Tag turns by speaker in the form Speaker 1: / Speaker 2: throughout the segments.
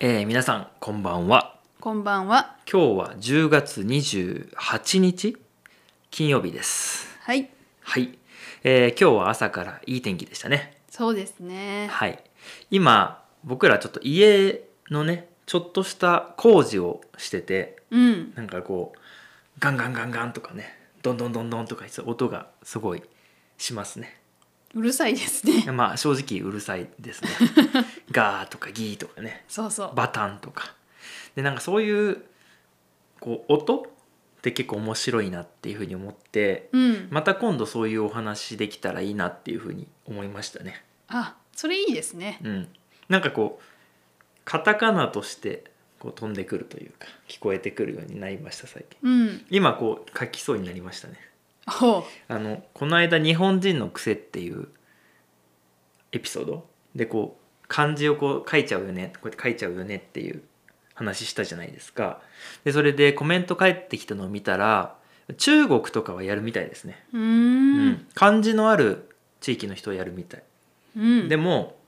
Speaker 1: えー皆さんこんばんは
Speaker 2: こんばんは。
Speaker 1: 今日は10月28日金曜日です
Speaker 2: はい。
Speaker 1: はい、えー今日は朝からいい天気でしたね
Speaker 2: そうですね。
Speaker 1: はい今僕らちょっと家のねちょっとした工事をしてて
Speaker 2: うん。
Speaker 1: なんかこうガンガンガンガンとかねどんどんどんどんとかそう音がすごいしますね
Speaker 2: うるさいです ね。
Speaker 1: まあ正直うるさいですねガーとかギーとかね
Speaker 2: そうそう。
Speaker 1: バタンとかでなんかそういうこう音って結構面白いなっていうふうに思って
Speaker 2: うん。
Speaker 1: また今度そういうお話できたらいいなっていうふうに思いましたね。
Speaker 2: あ、それいいですね。
Speaker 1: うん、なんかこうカタカナとしてこう飛んでくるというか聞こえてくるようになりました最近
Speaker 2: うん。
Speaker 1: 今こう書きそうになりましたね
Speaker 2: おう。
Speaker 1: あのこの間「日本人の癖」っていうエピソードでこう漢字をこう書いちゃうよねこうやって書いちゃうよねっていう話したじゃないですかでそれでコメント返ってきたのを見たら中国とかはやるみたいですね、
Speaker 2: うー。
Speaker 1: うんん漢字のある地域の人はやるみたい、
Speaker 2: うん。
Speaker 1: で
Speaker 2: も。
Speaker 1: も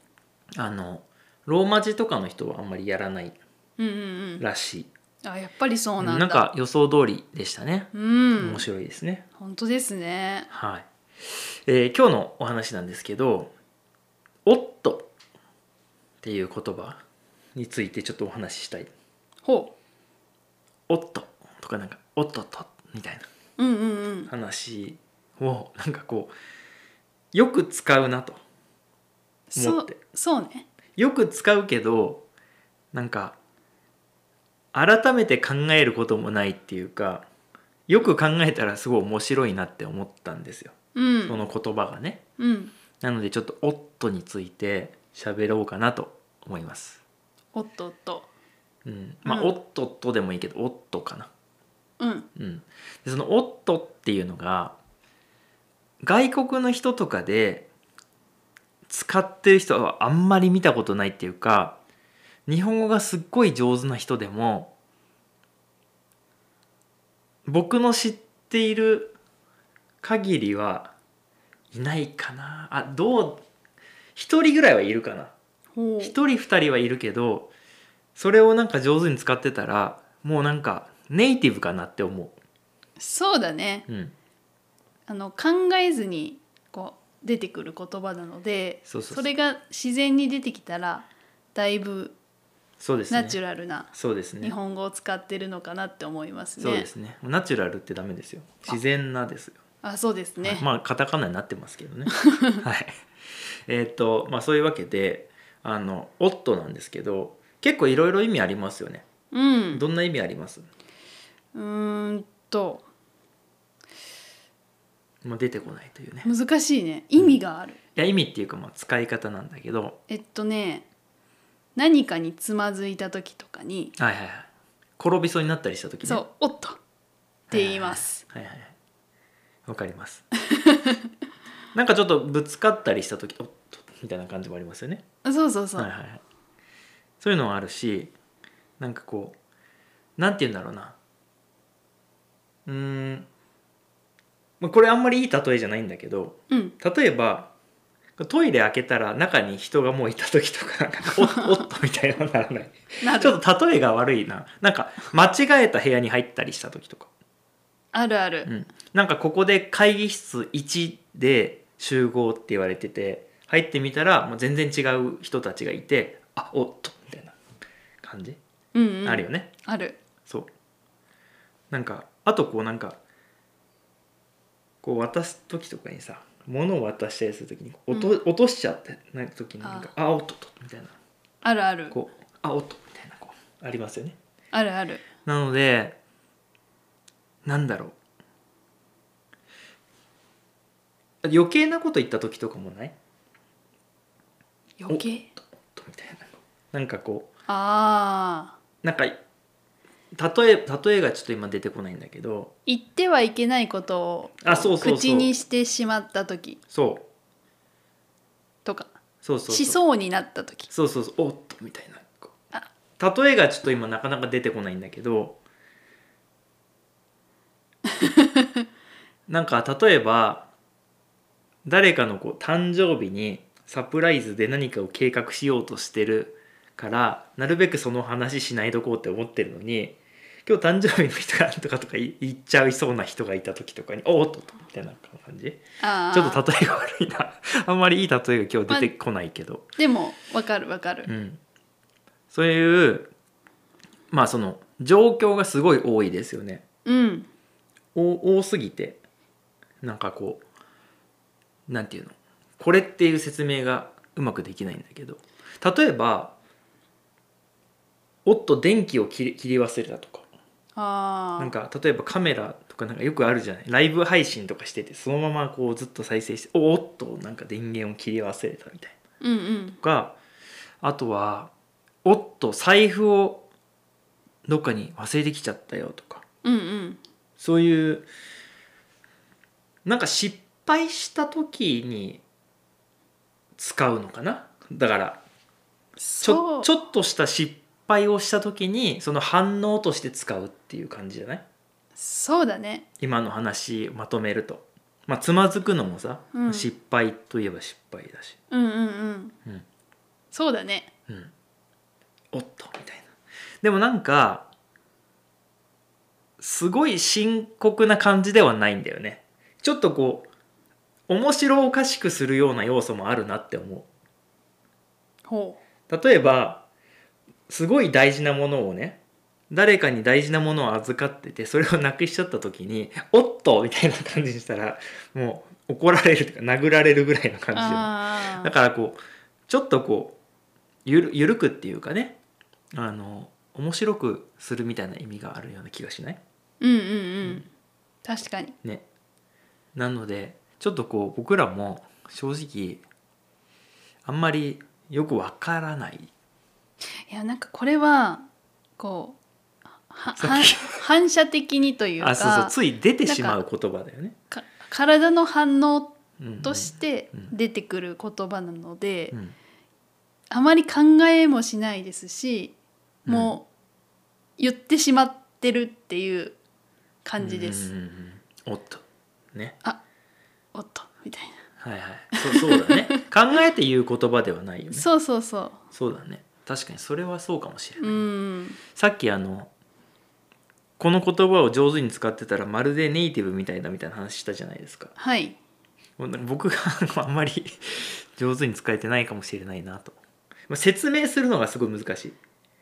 Speaker 1: あのローマ字とかの人はあんまりやらない
Speaker 2: うんうん
Speaker 1: らしい、
Speaker 2: うん。あ、やっぱりそうなんだ。
Speaker 1: なんか。予想通りでしたね、
Speaker 2: うん
Speaker 1: 面。白いですね
Speaker 2: 本当ですね。
Speaker 1: はい、えー今日のお話なんですけど「おっと」っていう言葉についてちょっとお話ししたい
Speaker 2: ほ
Speaker 1: 「おっと」とかなんか「おっとっと」みたいな
Speaker 2: う。うんうんうん。
Speaker 1: 話をなんかこうよく使うなと
Speaker 2: そ
Speaker 1: 思っ
Speaker 2: う
Speaker 1: て。
Speaker 2: そうね。
Speaker 1: よく使うけどなんか改めて考えることもないっていうかよく考えたらすごい面白いなって思ったんですよ
Speaker 2: うん。
Speaker 1: その言葉がね。
Speaker 2: うん。
Speaker 1: なのでちょっと「オット」について喋ろうかなと思います。
Speaker 2: おっとおっと。
Speaker 1: うん、まあ「
Speaker 2: うん
Speaker 1: オット」とでもいいけど「オット」かな。
Speaker 2: うん。
Speaker 1: うん、でその「オット」っていうのが外国の人とかで使ってる人はあんまり見たことないっていうか日本語がすっごい上手な人でも僕の知っている限りはいないかなあどう一人ぐらいはいるかな
Speaker 2: ほう。
Speaker 1: 一人二人はいるけどそれをなんか上手に使ってたらもうなんかネイティブかなって思
Speaker 2: そうだね。
Speaker 1: う、うん、
Speaker 2: あの考えずにこう出てくる言葉なので。
Speaker 1: そうそうそ
Speaker 2: そうれが自然に出てきたらだいぶ
Speaker 1: そうです
Speaker 2: ナ
Speaker 1: ね
Speaker 2: チュラルな
Speaker 1: そうですね
Speaker 2: 日本語を使ってるのかなって思いますね。
Speaker 1: そうですねナチュラルってダメですよ自然なですよ、
Speaker 2: あ、そうですね。
Speaker 1: まあカタカナになってますけど ねはいえーっとまあそういうわけであの「オット」なんですけど結構いろいろ意味ありますよね
Speaker 2: うん。
Speaker 1: どんな意味あります、
Speaker 2: うーんと
Speaker 1: まあ、出てこないというね
Speaker 2: 難しいね。意味がある。
Speaker 1: いや意味っていうかまあ使い方なんだけど
Speaker 2: えっとね、何かにつまずいた時とかに、
Speaker 1: はいはいはい転びそうになったりした時ね
Speaker 2: そう、おっとって言います。
Speaker 1: はいはいはいわかります なんかちょっとぶつかったりした時おっとみたいな感じもありますよね
Speaker 2: そうそうそう。
Speaker 1: はいはいはいそういうのもあるしなんかこうなんて言うんだろうなうーんまあこれあんまりいい例えじゃないんだけど
Speaker 2: うん。
Speaker 1: 例えばトイレ開けたら中に人がもういた時とかなんかおおっとみたいなのならない
Speaker 2: なる
Speaker 1: ちょっと例えが悪いななんか間違えた部屋に入ったりした時とか
Speaker 2: あるある。
Speaker 1: うん、なんかここで会議室1で集合って言われてて入ってみたらもう全然違う人たちがいてあおっとみたいな感じ、
Speaker 2: うん、うん、
Speaker 1: あるよ。ね
Speaker 2: ある。
Speaker 1: そうなんかあとこうなんかこう渡す時とかにさ物を渡したりする時にこう落と,、落としちゃってない時になんかあおっとっとみたいな
Speaker 2: あるある。
Speaker 1: こうあおっとみたいなこうありますよね
Speaker 2: あるある。
Speaker 1: なのでなんだろう余計なこと言った時とかもない
Speaker 2: 余計。
Speaker 1: とみたいななんかこ
Speaker 2: ああ。
Speaker 1: うなんか例え例えがちょっと今出てこないんだけど
Speaker 2: 言ってはいけないことを
Speaker 1: あそうそうそう
Speaker 2: 口にしてしまった時
Speaker 1: そう
Speaker 2: とか
Speaker 1: そうそう
Speaker 2: し
Speaker 1: う
Speaker 2: そうになった時
Speaker 1: そうそうそうおっとみたいなこう
Speaker 2: あ
Speaker 1: 例えがちょっと今なかなか出てこないんだけ どなんか例えば誰かのこう誕生日にサプライズで何かを計画しようとしてるからなるべくその話しないとこうって思ってるのに今日誕生日の人がとかとか言言っちゃいそうな人がいた時とかに「おーっとっと」みたいな感じ
Speaker 2: あー
Speaker 1: ちょっと例えが悪いなあんまりいい例えが今日出てこないけど、
Speaker 2: でもわかるわかる、
Speaker 1: うん、そういうまあその状況がすごい多いですよね
Speaker 2: うん、
Speaker 1: お多すぎてなんかこうなんていうのこれっていう説明がうまくできないんだけど例えば「おっと電気を切り切り忘れた」とか
Speaker 2: ああ
Speaker 1: なんか例えばカメラとかなんかよくあるじゃないライブ配信とかしててそのままこうずっと再生して「おおっとなんか電源を切り忘れた」みたいな。
Speaker 2: うんうん
Speaker 1: とかあとは「おっと財布をどっかに忘れてきちゃったよ」とか
Speaker 2: うんうん
Speaker 1: そういうなんか失敗した時に使うのかなだからち
Speaker 2: そ
Speaker 1: ょ
Speaker 2: う
Speaker 1: ちょっとした失敗をした時にその反応として使うっていう感じじゃない
Speaker 2: そうだね
Speaker 1: 今の話まとめると、まあ、つまずくのもさ、
Speaker 2: うん
Speaker 1: 失敗といえば失敗だし、
Speaker 2: うんうんうん、
Speaker 1: うん
Speaker 2: そうだね
Speaker 1: うん、おっとみたいなでもなんかすごい深刻な感じではないんだよねちょっとこう面白おかしくするような要素もあるなって思
Speaker 2: ほ
Speaker 1: う例えばすごい大事なものをね誰かに大事なものを預かっててそれをなくしちゃった時に「おっと!」みたいな感じにしたらもう怒られるとか殴られるぐらいの
Speaker 2: う
Speaker 1: 感じじゃない
Speaker 2: あ
Speaker 1: だ
Speaker 2: あ
Speaker 1: からこうちょっとこうゆるゆるくっていうかねあの面白くするみたいな意味があるような気がしない
Speaker 2: うんうんうん確かに
Speaker 1: ねなのでちょっとこう僕らも正直あんまりよくわからない
Speaker 2: いやなんかこれはこうは
Speaker 1: さっ
Speaker 2: は
Speaker 1: き
Speaker 2: 反射的にというか
Speaker 1: あそうそうつい出てしまう言葉だよね。
Speaker 2: か体の反応
Speaker 1: うん
Speaker 2: として
Speaker 1: うん
Speaker 2: 出てくる言葉なので、
Speaker 1: うん
Speaker 2: あまり考えもしないですしもう言ってしまってるっていう感じです。
Speaker 1: うんうんうんおっとね
Speaker 2: おっとみたい
Speaker 1: はいはいそうそう だね考えて言う言葉ではないよ
Speaker 2: な。
Speaker 1: ね
Speaker 2: そうそうそ
Speaker 1: そうだね確かにそれはそうかもしれ
Speaker 2: う。
Speaker 1: な
Speaker 2: う
Speaker 1: い、
Speaker 2: ん。
Speaker 1: さっきあのこの言葉を上手に使ってたらまるでネイティブみたいだみたいな話したじゃないですか
Speaker 2: はい。
Speaker 1: 僕が あんまり上手に使えてないかもしれないなと、まあ、説明するのがすごい難し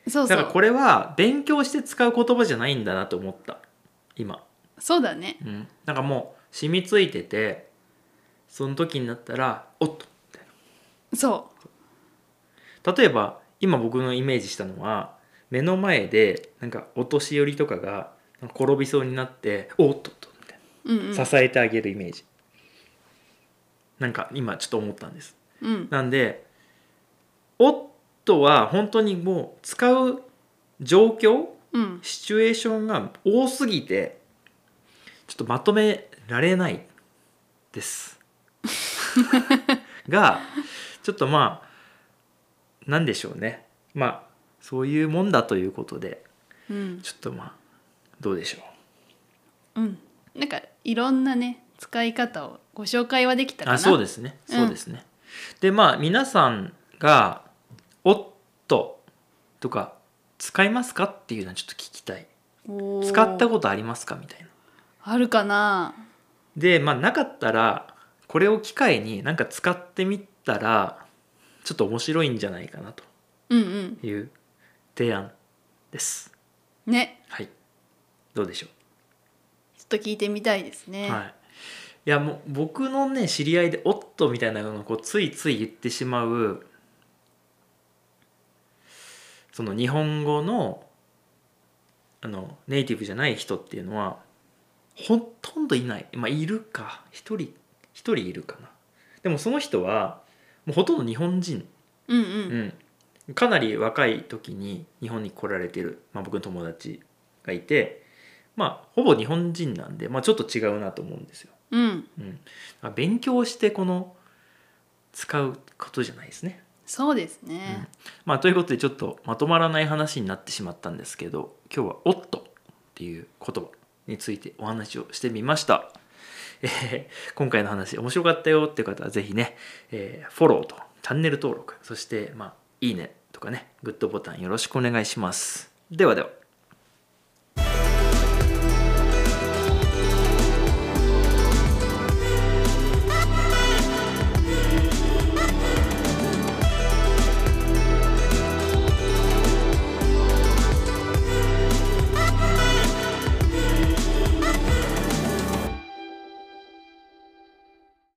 Speaker 1: い
Speaker 2: そう
Speaker 1: だ
Speaker 2: そ
Speaker 1: からこ
Speaker 2: う。
Speaker 1: れは勉強して使う言葉じゃないんだなと思った今、
Speaker 2: そうだね。
Speaker 1: うん、なんかもう染みついててその時になったら「おっと」みたい
Speaker 2: そ
Speaker 1: な例えば今僕のイメージしたのは目の前でなんかお年寄りとかがなんか転びそうになって「おっとっと」みたいな
Speaker 2: う。うんうん。
Speaker 1: 支えてあげるイメージ、なんか今ちょっと思ったんです
Speaker 2: うん。
Speaker 1: なんで「おっと」は本当にもう使う状況
Speaker 2: うん。
Speaker 1: シチュエーションが多すぎてちょっとまとめられないです がちょっとまあなんでしょうねまあそういうもんだということで
Speaker 2: うん。
Speaker 1: ちょっとまあどうでしょう
Speaker 2: うん。なんかいろんなね使い方をご紹介はできたかな。。
Speaker 1: あそうですすね
Speaker 2: うん
Speaker 1: そうですね、でまあ皆さんが「おっと」とか使いますかっていうのはちょっと聞きたい使ったことありますかみたいな
Speaker 2: あるかな。
Speaker 1: でまあなかったらこれを機会になんか使ってみたらちょっと面白いんじゃないかなと
Speaker 2: うんうん。
Speaker 1: いう提案です
Speaker 2: ね。
Speaker 1: はいどうでしょう
Speaker 2: ちょっと聞いてみたいですね。
Speaker 1: はい、いやもう僕のね知り合いで「おっと」みたいなのをこうついつい言ってしまうその日本語のあのネイティブじゃない人っていうのはほとんどいないまあいるか一人一人いるかなでもその人はもうほとんど日本人、
Speaker 2: うん
Speaker 1: う
Speaker 2: う。
Speaker 1: んん、かなり若い時に日本に来られてる、まあ、僕の友達がいてまあほぼ日本人なんで、まあ、ちょっと違うなと思うんですよ
Speaker 2: うん。
Speaker 1: うん、あ勉強してこの使うことじゃないですね。
Speaker 2: そうですね。
Speaker 1: まあ、ということでちょっとまとまらない話になってしまったんですけど今日は「おっと」っていう言葉についてお話をしてみました。えー今回の話面白かったよっていう方は是非ね、えーフォローとチャンネル登録そして、まあ、いいねとかねグッドボタンよろしくお願いしますではでは